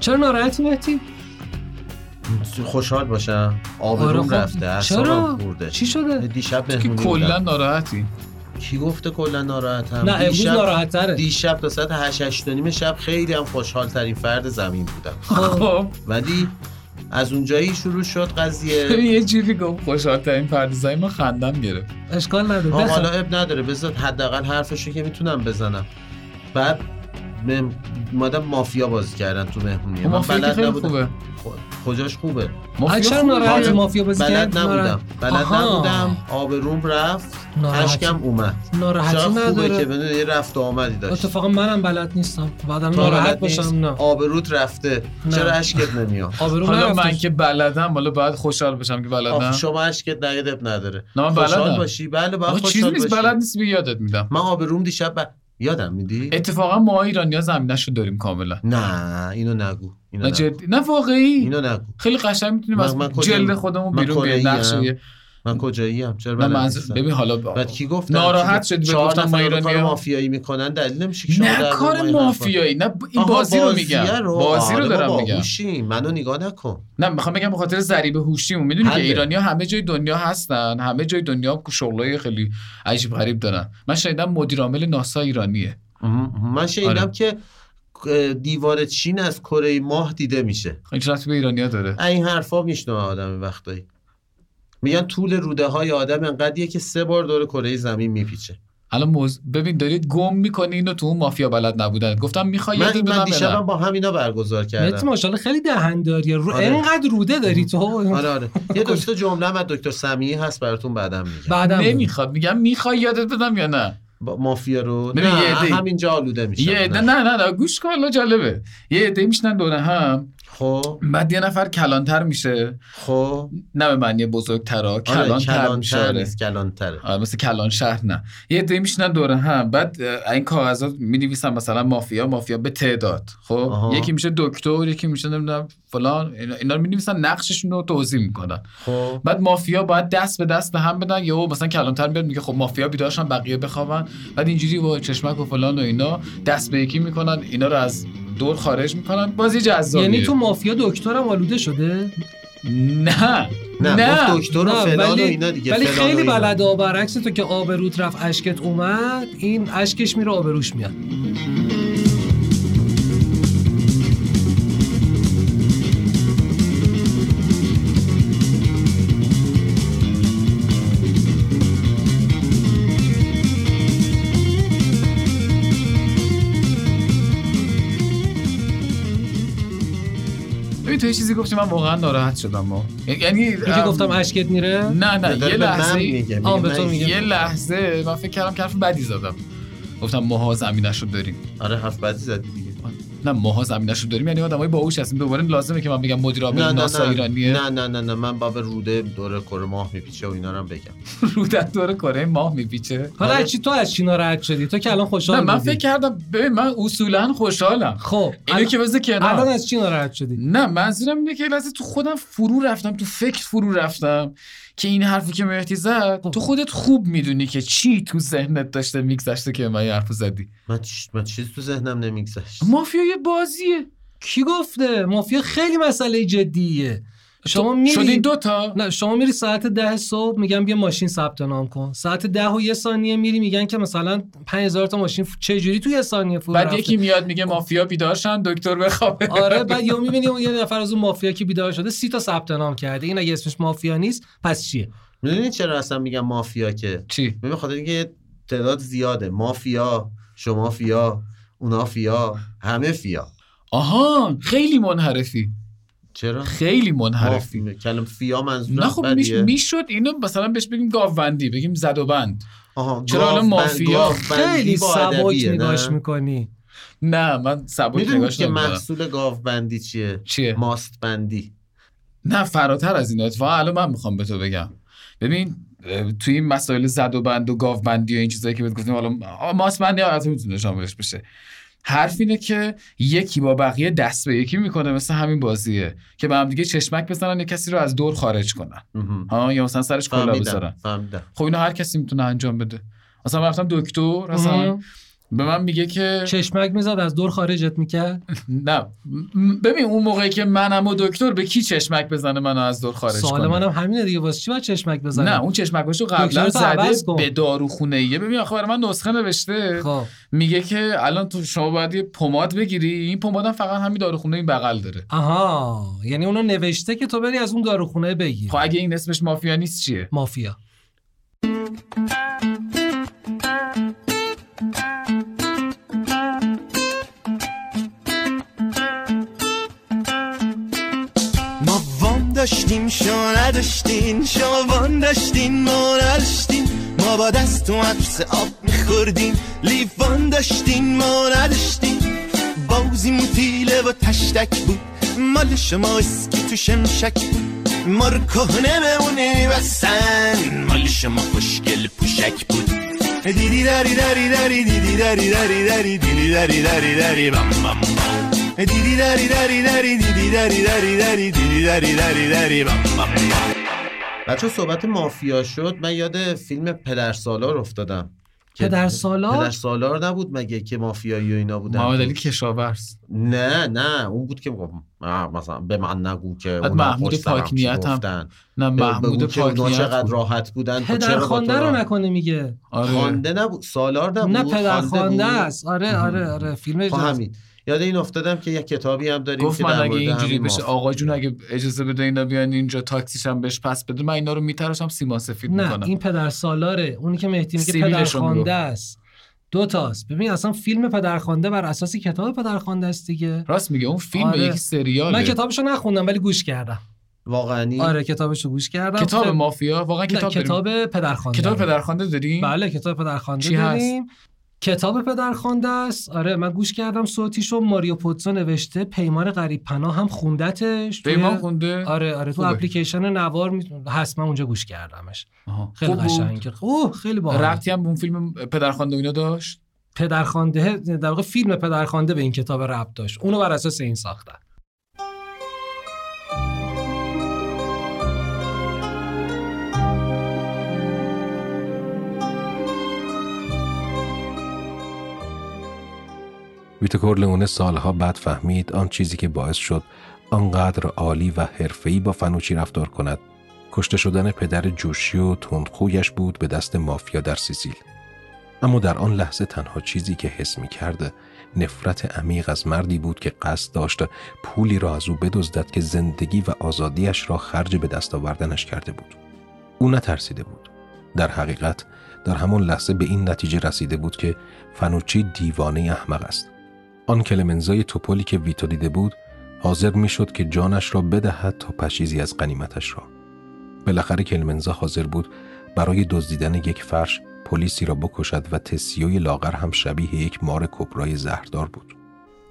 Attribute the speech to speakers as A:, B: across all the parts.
A: چرا ناراحتی مهدی؟
B: خوشحال باشم آبروم
A: خب،
B: رفته
A: چرا؟
B: اعصابم خورده
A: چی شده؟
B: دیشب
C: که
B: بهمونی
C: کلا
B: بودم
C: ناراحتی
B: کی گفته کلا ناراحتم
A: نه امروز
B: دیشب-
A: ناراحت‌تره.
B: دیشب تا ساعت 8 8 و نیم شب خیلی هم خوشحال ترین فرد زمین بودم
C: خب
B: ولی از اونجایی شروع شد قضیه
C: ببین یه جوری گفت خوشحال ترین پردیزایی ما خندم گرفت
A: اشکال نداره
B: ها حالا
A: بخند
B: اب نداره بذار حداقل حرفشو که میتونم بزنم بعد مم- اومدم مافیا بازی کردن تو
A: خب،
B: مهمونی
C: ما
B: من
C: فکر
B: بلد
C: خیلی
B: نبودم
C: خوبه
B: خ- کجاش خوبه
C: مافیا
A: چرا
C: خوبه.
A: ناراحت مافیا بازی کردی؟
B: بلد
A: ناراحت-
B: نبودم بلد
A: آها.
B: نبودم آبروم رفت
A: ناراحتی.
B: اشکم اومد چرا
A: ناراحتی
B: خوبه که
A: نداره
B: بدون یه رفت و آمدی داشت
A: اتفاقا منم بلد نیستم بعدم
B: تو
A: ناراحت
B: بلد
A: باشم
B: نیست؟
A: نه
B: آبروت رفته
A: نه.
B: چرا اشکت نمیاد
A: آبرو
C: حالا
A: نرفته.
C: من که بلدم حالا باید خوشحال بشم که
B: آخ،
C: بلدم
B: شما اشکت نیاد اب نداره
C: نه، من
B: خوشحال
C: بلدم.
B: باشی بله
C: آقا
B: باید
C: چیز
B: خوشحال
C: نیست
B: باشی
C: بلد نیست بگی یادت میدم
B: من آبروم دیشب ب... یادم میدی
C: اتفاقا ما ایرانیا زمینش رو داریم کاملا
B: نه اینو نگو اینو
C: نه
B: نگو.
C: جدی نه واقعی
B: اینو نگو
C: خیلی قشنگ میتونیم
B: من-
C: از
B: من کجا-
C: جلد خودمون
B: من
C: بیرون بیایم
B: کره‌ایم.
C: نقش یه-
B: من کجایی هم چرا
C: نه
B: بلد
C: منظور
B: نیستم
C: ببین حالا
B: بعد کی گفت
C: ناراحت شدی بهت
B: چهار
C: گفتم ما
B: نفر دارن کار
C: ایرانی‌ها.
B: مافیایی میکنن دلیل نمیشه که شما
C: نه
B: در
C: کار
B: مورد ما حرف
C: مافیایی نه ب- این
B: آها،
C: بازی رو میگم بازی
B: آره،
C: رو
B: ما
C: دارم میگم
B: باهوشیم. منو نگاه نکن
C: نه میخوام بگم به خاطر ضریب هوشیمون میدونی که
B: حله.
C: ایرانیا همه جای دنیا هستن همه جای دنیا شغلای خیلی عجیب غریب دارن من شنیدم مدیر عامل ناسا ایرانیه
B: م- من شنیدم
C: آره.
B: که اه، دیوار چین از کره ماه دیده میشه
C: خب این چه ربطی به ایرانیا داره
B: این حرفا میشنوه آدم وقتایی میگن طول روده های آدم انقدریه که سه بار دور کره زمین میپیچه
C: الان موز... ببین دارید گم میکنی اینو تو اون مافیا بلد نبودن گفتم میخوای
B: من
C: یادت
B: این من
C: بدم یا
B: دیشبم
C: نه؟
B: با همینا برگزار
A: مهدی
B: کردم
A: ماشاءالله خیلی دهن داری رو
B: آره.
A: انقدر روده داری تو
B: آره آره یه دوست جمله هم از دکتر سمیعی هست براتون بعدم میگم
A: بعدم یعنی
C: نمیخواد میگم میخوای یادت بدم یا نه
B: با مافیا رو
C: ببین
B: نه
C: یه عده‌ای.
B: همینجا آلوده میشه
C: یه عده نه نه نه گوش کن حالا جالبه یه عده میشنن دور هم
B: خب
C: بعد یه نفر کلانتر میشه
B: خب
C: نه به معنی بزرگترا
B: آره
C: کلانتر میشه
B: کلانتر
C: آره.
B: نیست کلانتره
C: آره، مثل کلان شهر نه یه عده میشنن دور هم بعد اه، این کاغذات می نویسن مثلا مافیا مافیا به تعداد خب
B: آها.
C: یکی میشه دکتر یکی میشه نمیدونم فلان اینا- اینا رو می نویسن نقششون رو توضیح میکنن
B: خب
C: بعد مافیا باید دست به دست به هم بدن یهو مثلا کلانتر میاد میگه خب مافیا بیدارشن بقیه بخوابن بعد اینجوری با چشمک و فلان و اینا دست به یکی میکنن اینا رو از دور خارج میکنن بازی جذابیه
A: یعنی تو مافیا دکترم آلوده شده
C: نه
B: نه,
C: نه.
B: گفت دکتر و
A: نه،
B: فلان
A: ولی-
B: و اینا دیگه
A: ولی
B: فلان و
A: خیلی
B: اینا.
A: بلد برعکس تو که آبروت رفت اشکت اومد این اشکش میره آبروش میاد
C: ببین تو یه چیزی گفتی من واقعا ناراحت شدم و یعنی
A: میگه
C: ام،
A: گفتم اشکت میره
C: نه
B: نه،
C: نه
B: داره
C: یه
B: به من
C: لحظه
B: میگه
A: آه،
B: میگه
A: به تو
B: من-
A: میگه.
C: یه لحظه من فکر کردم که حرف بدی زدم گفتم ماها زمینش رو داریم
B: آره حرف بدی زدی دیگه
C: نه ماها زمینش رو داریم یعنی آدمای باهوش هستیم دوباره لازمه که من بگم مدیر
B: نه
C: عامل ناسا
B: نه
C: ایرانیه
B: نه نه نه نه من باب روده دور کره ماه میپیچه و اینا رو هم بگم
C: رو در دور کره ماه میپیچه
A: حالا
B: آره.
A: از چی تو از چی ناراحت شدی تو که الان خوشحال
C: نه من
A: بودی.
C: فکر کردم ببین من اصولا خوشحالم
A: خب
C: اینو
A: الان-
C: که بذار
A: الان
C: کنار
A: از چی ناراحت شدی
C: نه منظورم اینه که لحظه تو خودم فرو رفتم تو فکر فرو رفتم که این حرفی که مهدی زد
A: خب.
C: تو خودت خوب میدونی که چی تو ذهنت داشته میگذشته که به من این حرفو زدی
B: من, چ... من چیز تو ذهنم نمیگذشت
C: مافیا یه بازیه
A: کی گفته مافیا خیلی مسئله جدیه شما
C: شدین
A: میری
C: دوتا
A: نه شما میری ساعت ده صبح میگم بیا ماشین ثبت نام کن ساعت ده و یه ثانیه میری میگن که مثلا 5000 تا ماشین ف- چجوری تو یه ثانیه فرو
C: بعد
A: رفته؟
C: یکی میاد میگه مافیا بیدارشن دکتر بخوابه
A: آره بعد یا میبینی یه نفر از اون مافیا که بیدار شده سی تا ثبت نام کرده این اگه اسمش مافیا نیست پس چیه
B: میدونی چرا اصلا میگم مافیا که
C: چی
B: ببین خاطر اینکه یه تعداد زیاده مافیا شما فیا اونا فیا همه فیا
C: آها خیلی منحرفی
B: چرا
C: خیلی منحرفی
B: مافیا کلم فیا منظورم
C: نه خب میش-
B: بدیه
C: میشد اینو مثلا بهش بگیم گاوبندی بگیم زد و بند
B: آها
C: چرا
B: گاو
C: حالا
B: بند-
C: مافیا؟
B: گاو بندی
A: خیلی
B: با
A: سبک
B: ادبیه، نه؟
A: نگاش میکنی
C: نه من سبک
B: میدونی
C: نگاش
B: که
C: نمی‌کنم.
B: محصول گاوبندی چیه
C: چیه
B: ماست بندی
C: نه فراتر از این اتفاقا الان من میخوام به تو بگم ببین اه، توی این مسائل زد و بند و گاو بندی و این چیزایی که بهت گفتیم حالا ماست بندی البته میتونه شاملش بشه حرف اینه که یکی با بقیه دست به یکی میکنه مثل همین بازیه که به هم دیگه چشمک بزنن یه کسی رو از دور خارج کنن
B: مهم.
C: ها یا مثلا سرش کلا
B: فهمیدم
C: بذارن
B: فهمیدم
C: خب اینو هر کسی میتونه انجام بده مثلا من رفتم دکتر مثلا
A: مهم.
C: به من میگه که
A: چشمک میزد از دور خارجت میکرد
C: نه م- ببین اون موقعی که منم و دکتر به کی چشمک بزنه منو از دور خارج
A: سوال
C: کنه
A: منم همینه دیگه واسه چی باید چشمک بزنم
C: نه اون چشمکاشو
A: دکتر
C: قبلا
A: تو عوض
C: زده
A: کن.
C: به داروخونه ایه ببین آخه برای من نسخه نوشته
A: خب
C: میگه که الان تو شما باید یه پماد بگیری این پمادم فقط همین داروخونه این بغل داره
A: آها یعنی اونو نوشته که تو بری از اون داروخونه بگیر
C: خب اگه این اسمش مافیا نیست چیه
A: مافیا
D: ما وام داشتیم شما نداشتین شما وام داشتین ما نداشتیم ما با دست و عبس آب میخوردیم لیوان داشتین ما نداشتیم بازی موتیله و تشتک بود مال شما اسکی تو شمشک بود ما رو کهنه به اونی بستن مال شما خوشگل پوشک بود دیدی دری دری دری دیدی دری دری دری دیدی دری دری دری بم بم بم دیدی دری دری دری دیدی دری دری دری دیدی دری دری دری بم بم بم
B: بچه صحبت مافیا شد من یاد فیلم پدر سالار افتادم که
A: پدر سالار؟
B: پدر سالار نبود مگه که مافیایی و اینا بودن
C: محمد علی کشاورز
B: نه نه اون بود که میگفت آه، مثلا به من نگو که اونا
C: محمود
B: خوش سرم چی
C: پاکنیت هم
B: گفتن.
C: نه
B: به- به اون
C: محمود
B: که اونا
C: پاکنیت
B: چقدر
C: بود.
B: راحت بودن تو خب، چرا
A: پدر
B: با تو
A: خوانده رو
B: راحت-
A: نکنه میگه
C: آره
B: خوانده نبود سالار نبود
A: نه پدر خوانده
B: بود.
A: است آره آره آره فیلم
B: خب همین یاد این افتادم که یه کتابی هم داریم
C: گفت
B: که
C: من
B: در
C: اگه
B: مورد
C: اینجوری
B: همین
C: بشه
B: مافیا.
C: آقا جون اگه اجازه بده اینا بیان اینجا تاکسیش هم بهش پس بده من اینا رو میتراشم سیمان سفید
A: نه
C: میکنم
A: این پدر سالاره اونی که مهدی میگه
C: سیبیلش رو
A: پدر
C: میگفت.
A: خوانده است دو تاست ببین اصلا فیلم پدرخوانده بر اساس کتاب پدرخوانده است دیگه
C: راست میگه اون فیلم
A: آره.
C: یک سریاله
A: من کتابشو نخوندم ولی گوش کردم
B: واقعا
A: آره کتابشو گوش کردم
C: کتاب
A: خب،
C: مافیا واقعا
A: نه،
C: کتاب داریم.
A: کتاب پدرخوانده
C: کتاب پدرخوانده داریم
A: بله کتاب پدرخوانده
C: چی هست؟
A: داریم کتاب پدرخوانده است آره من گوش کردم صوتیشو ماریو پوتسو نوشته پیمان غریب پناه هم خوندتش توی-
C: پیمان خونده
A: آره آره تو
C: خوبه.
A: اپلیکیشن نوار می... هست من اونجا گوش کردمش
C: آها.
A: خیلی
C: خوب بود.
A: قشنگ اوه خیلی باحال
C: ربطی هم به اون فیلم پدرخوانده و اینا داشت
A: پدرخوانده در واقع فیلم پدرخوانده به این کتاب ربط داشت اونو بر اساس این ساختن
E: ویتوکور لئونه سالها بعد فهمید آن چیزی که باعث شد آنقدر عالی و حرفه‌ای با فنوچی رفتار کند کشته شدن پدر جوشی و تندخویش بود به دست مافیا در سیسیل اما در آن لحظه تنها چیزی که حس می کرد نفرت عمیق از مردی بود که قصد داشت پولی را از او بدزدد که زندگی و آزادیش را خرج به دست آوردنش کرده بود او نترسیده بود در حقیقت در همان لحظه به این نتیجه رسیده بود که فنوچی دیوانه احمق است آن کلمنزای توپلی که ویتو دیده بود حاضر میشد که جانش را بدهد تا پشیزی از قنیمتش را بالاخره کلمنزا حاضر بود برای دزدیدن یک فرش پلیسی را بکشد و تسیوی لاغر هم شبیه یک مار کبرای زهردار بود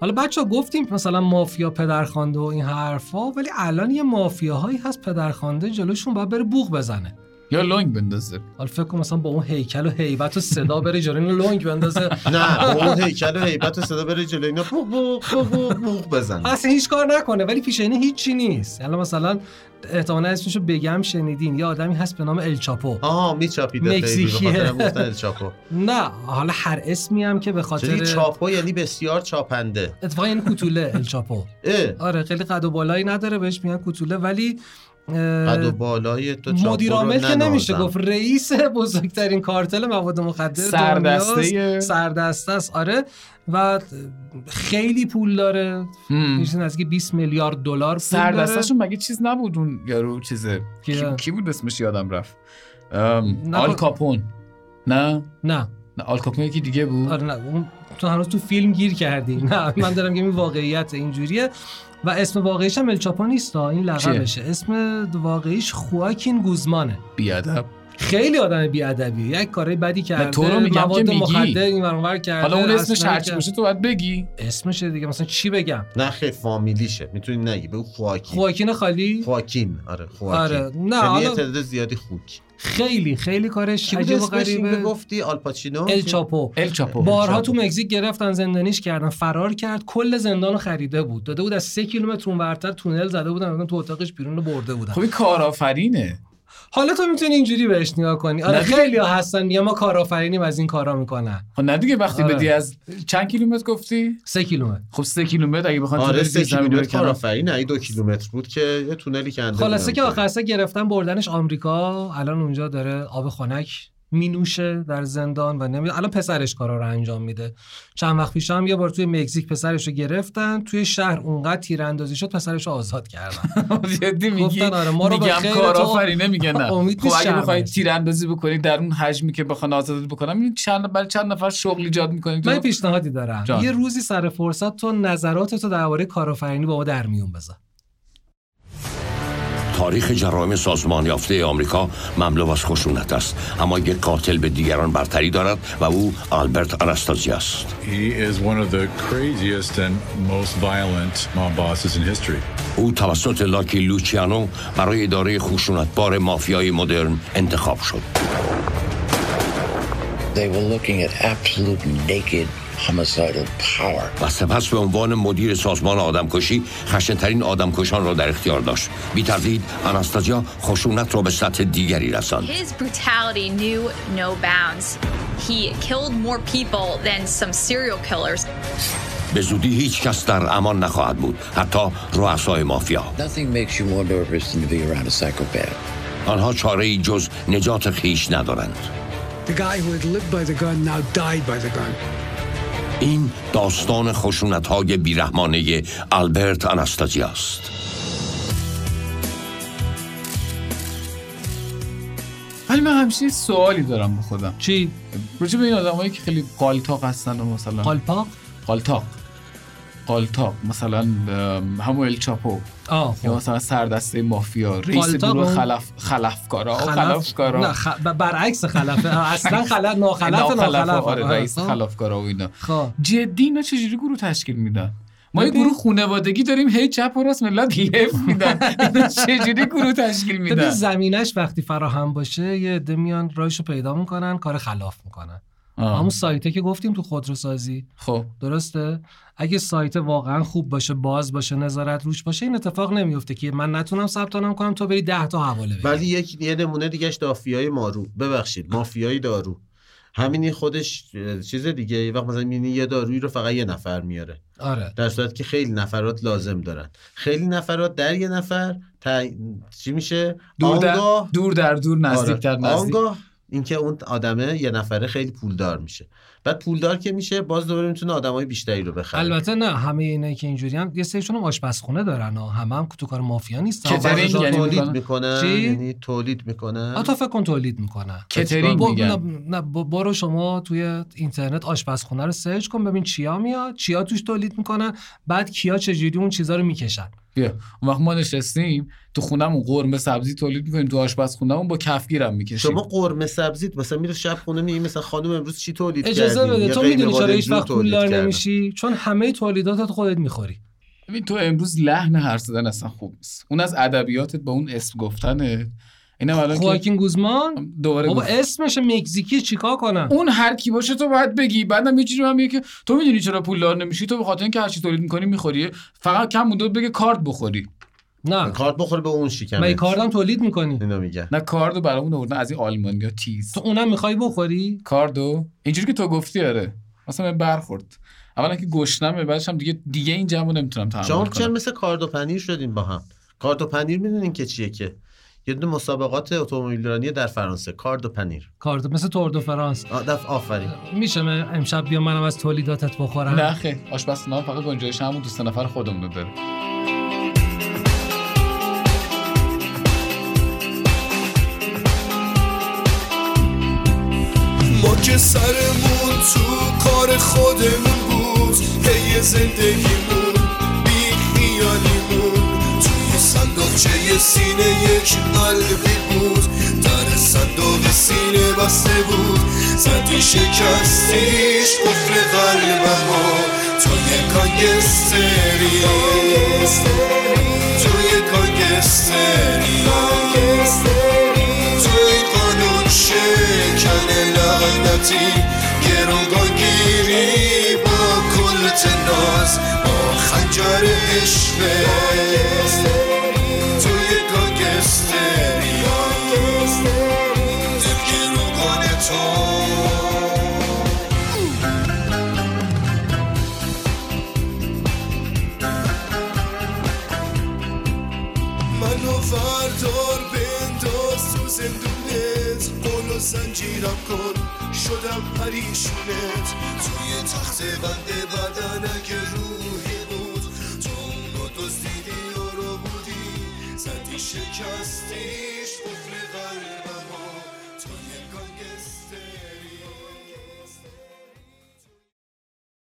A: حالا بچه ها گفتیم مثلا مافیا پدرخوانده و این حرفا ولی الان یه مافیاهایی هست پدرخوانده جلوشون باید بره بوغ بزنه
C: یا لنگ بندازه
A: حالا فکر کن مثلا با اون هیکل و هیبت و صدا بره جلو اینو لنگ بندازه
B: نه با اون هیکل و هیبت و صدا بره جلو اینا بوق بوق بوق بوق بوق بزن
A: اصلا هیچ کار نکنه ولی پیش اینه هیچی نیست یعنی مثلا احتمالا اسمشو بگم شنیدین یه آدمی هست به نام الچاپو
B: آها میچاپیده
A: مکزیکیه.
B: گفتن چاپو
A: نه حالا هر اسمی هم که به
B: چون
A: خاطر
B: چاپو یعنی بسیار چاپنده
A: اتفاقا یعنی کوتوله الچاپو
B: اه
A: آره خیلی قد و بالایی نداره بهش میگن کوتوله ولی اه،
B: قد و بالای تو چاپو
A: مدیر
B: رو
A: عامل که
B: ننازم.
A: نمیشه گفت رئیس بزرگترین کارتل مواد مخدر دنیاست.
C: سردسته
A: سردسته است آره و خیلی پول داره میشه نزدیک 20 میلیارد دلار پول داره
C: سردستشون مگه چیز نبود اون یارو چیزه
A: کیه؟
C: کی, کی بود اسمش یادم رفت ام،
A: نه،
C: آل
A: خب-
C: کاپون نه
A: نه
C: نه آل کاپون یکی دیگه بود
A: آره نه اون تو هنوز تو فیلم گیر کردی نه من دارم میگم این واقعیت اینجوریه و اسم واقعیش هم الچاپو نیست ها، این لقبشه اسم واقعیش خواکین گوزمانه آره،
C: بیادب
A: خیلی آدم بی‌ادبی یک کارای بدی کرده
C: تو رو میگم که
A: مواد
C: میگی.
A: مخدر این ور اون ور کرده
C: حالا اون اسمش
A: اسمایی
C: هرچی
A: که-
C: باشه تو باید بگی
A: اسمشه دیگه مثلا چی بگم
B: نه خیلی فامیلیشه میتونی نگی بگو خواکین
A: خواکین خالی
C: خب.
B: خواکین آره خواکین
A: آره نه
B: چون یه
A: حالا
B: تعداد زیادی خوک
A: خیلی خیلی کارش
B: کی بود
A: عجیب و
B: اسمش این که
A: غریبه
B: گفتی آلپاچینو
A: ال چاپو
C: ال چاپو
A: بارها
B: چاپو.
A: تو مکزیک گرفتن زندانیش کردن فرار کرد کل زندان رو خریده بود داده بود از سه کیلومتر اونورتر تونل زده بودن رفتن تو اتاقش بیرون رو برده بودن
C: خب این کارآفرینه
A: حالا تو میتونی اینجوری بهش نگاه کنی آره
C: نه دیگه.
A: خیلی هستن میگن ما کارآفرینیم از این کارا میکنن
C: خب نه دیگه وقتی
A: آره.
C: بدی از چند کیلومتر گفتی
A: سه کیلومتر
C: خب سه کیلومتر اگه بخوام
B: آره سه کیلومتر کارآفرین نه دو کیلومتر بود که یه تونلی کنده
A: خلاصه
B: بودن.
A: که آخر سر گرفتن بردنش آمریکا الان اونجا داره آب خنک مینوشه در زندان و نمیدونم الان پسرش کارا رو انجام میده چند وقت پیش هم یه بار توی مکزیک پسرش رو گرفتن توی شهر اونقدر تیراندازی شد پسرش رو آزاد کردن
C: جدی میگی
A: گفتن آره، ما رو به
C: میگم
A: خیر تو
C: کارآفرینه میگه نه
A: امید
C: خب
A: نیست
C: اگه بخواید
A: شرمش.
C: تیراندازی بکنید در اون حجمی که بخوان آزاد بکنم این چند برای چند نفر شغل ایجاد میکنید
A: من یه پیشنهادی دارم
C: جان.
A: یه روزی سر فرصت تو نظرات تو درباره کارآفرینی با ما در میون بذار
F: تاریخ جرائم سازمان یافته آمریکا مملو از خشونت است اما یک قاتل به دیگران برتری دارد و او آلبرت آناستازی است
G: He is one of the craziest and most violent mob bosses in history.
F: او توسط لاکی لوچیانو برای اداره خشونتبار مافیای مدرن انتخاب شد
H: They were looking at absolute naked homicidal power.
F: و سپس به عنوان مدیر سازمان آدمکشی خشنترین آدمکشان را در اختیار داشت بی تردید آناستازیا خشونت را به سطح دیگری رساند
I: His brutality knew no bounds. He killed more people than some serial killers.
F: به زودی هیچ کس در امان نخواهد بود حتی رؤسای مافیا
H: Nothing makes you more nervous than to be around a psychopath.
F: آنها چاره جز نجات خیش ندارند
J: The guy who had lived by the gun now died by the gun.
F: این داستان خشونت های بیرحمانه آلبرت آناستازیا است
C: ولی من همیشه یه سوالی دارم به خودم
A: چی
C: راجع به این آدمایی که خیلی قالتاق هستن و مثلا
A: قالپاق
C: قالتاق قالتاق مثلا ام، همون ال چاپو
A: آه
C: یا
A: خب
C: مثلا سردسته مافیا رئیس
A: قالتاق
C: گروه
A: اون-
C: خلف خلفکارا
A: خلاف نه
C: خلفکارا
A: خ... ب- برعکس خلفه اصلا خلف ناخلف ناخلف
C: آره رئیس خلافکارا و اینا
A: خب
C: جدی اینا چجوری گروه تشکیل میدن ما یه
A: ببین.
C: گروه خونوادگی داریم هی چپ و راست ملت لف میدن اینا چجوری گروه تشکیل
A: ببین
C: میدن
A: زمینش وقتی فراهم باشه یه عده میان راهشو پیدا میکنن کار خلاف میکنن
C: آه.
A: همون سایته که گفتیم تو خودروسازی
C: خب
A: درسته اگه سایت واقعا خوب باشه باز باشه نظارت روش باشه این اتفاق نمیفته که من نتونم ثبت نام کنم تو بری 10 تا حواله بدی
B: ولی یک یه نمونه دیگهش دافیای مارو ببخشید مافیای دارو همینی خودش اه، چیز دیگه یه وقت مثلا می‌بینی یه دارویی رو فقط یه نفر میاره
A: آره
B: در صورتی که خیلی نفرات لازم دارن خیلی نفرات در یه نفر تا... چی میشه
C: دور در
B: آنگاه-
C: دور در دور
B: آره.
C: نزدیکتر نزدیک
B: آنگاه اینکه اون آدمه یه نفره خیلی پولدار میشه بعد پولدار که میشه باز دوباره میتونه آدمای بیشتری رو بخره
A: البته نه همه اینایی که اینجوری هم یه سریشون هم آشپزخونه دارن و همه هم تو کار مافیا نیستن
C: که
A: بعضی‌شون
C: ترین یعنی
B: تولید
C: می‌کنن؟
B: میکنن
A: چی؟
B: یعنی تولید میکنن
A: حتی فکر کن تولید میکنن
C: کترینگ
A: با-
C: میگن
A: نه- نه با- برو شما توی اینترنت آشپزخونه رو سرچ کن ببین چیا میاد چیا توش تولید میکنن بعد کیا چجوری اون چیزا رو میکشن
C: بیا اون وقت ما نشستیم تو خونمون قرمه سبزی تولید میکنیم تو آشپز خونمون با کفگیرم میکشیم
B: شما قرمه سبزیت مثلا میره شب خونه میگی مثلا خانم امروز چی تولید
A: اجازه
B: کردیم؟
A: بده
B: یه
A: تو
B: قیمه
A: میدونی چرا هیچ
B: بادمجون
A: وقت
B: تولید
A: پولدار
B: کردم.
A: نمیشی چون همه تولیداتت خودت میخوری
C: ببین تو امروز لحن حرف زدن اصلا خوب نیست اون از ادبیاتت با اون اسم گفتنه اینم الان که
A: خواکین گوزمان
C: دوباره
A: خب، بابا
C: گفت.
A: اسمش مکزیکی چیکار کنن
C: اون هر کی باشه تو باید بگی بعدم یه چیزی هم میگه که تو میدونی چرا پولدار نمیشی تو به خاطر اینکه هر چی تولید میکنی میخوری فقط کم مونده بود بگه کارد بخوری
A: نه
B: کارت بخوره به اون شکمت
A: من کاردم تولید میکنی
B: اینو میگن
C: نه کاردو برامون آوردن از این آلمانیا تیز
A: تو اونم میخوای بخوری
C: کاردو اینجوری که تو گفتی آره مثلا به برخورد اولا که گشنمه بعدش هم دیگه دیگه این جمعو نمیتونم
B: شما
C: تحمل
B: چرا
C: کنم
B: مثل کارد و پنیر شدین با هم کارد و پنیر میدونین که چیه که یه دونه مسابقات اتومبیلرانی در فرانسه کارد و پنیر
A: کاردو مثل توردو فرانس
B: آ، دف آفرین
A: میشه من امشب بیام منم از تولیداتت بخورم
C: نه خیر آشپزخونه هم فقط گنجایش همون دو سه نفر خودمون رو داره
J: ما که سرمون تو کار خودمون بود هی زندگیمون بی خیالیمون توی صندوقچه سینه یک قلبی بود در صندوق سینه بسته بود زدی شکستیش قفل قلبمو توی کانگستری توی کانگستری توی قانون شکن لعنتی گروگان گیری با کلت ناز با خنجر عشق توی گانگستری پریشونت توی تخت بند بدنک روحی بود تو اونو دزدیدی و رو بودی زدی شکستیش بود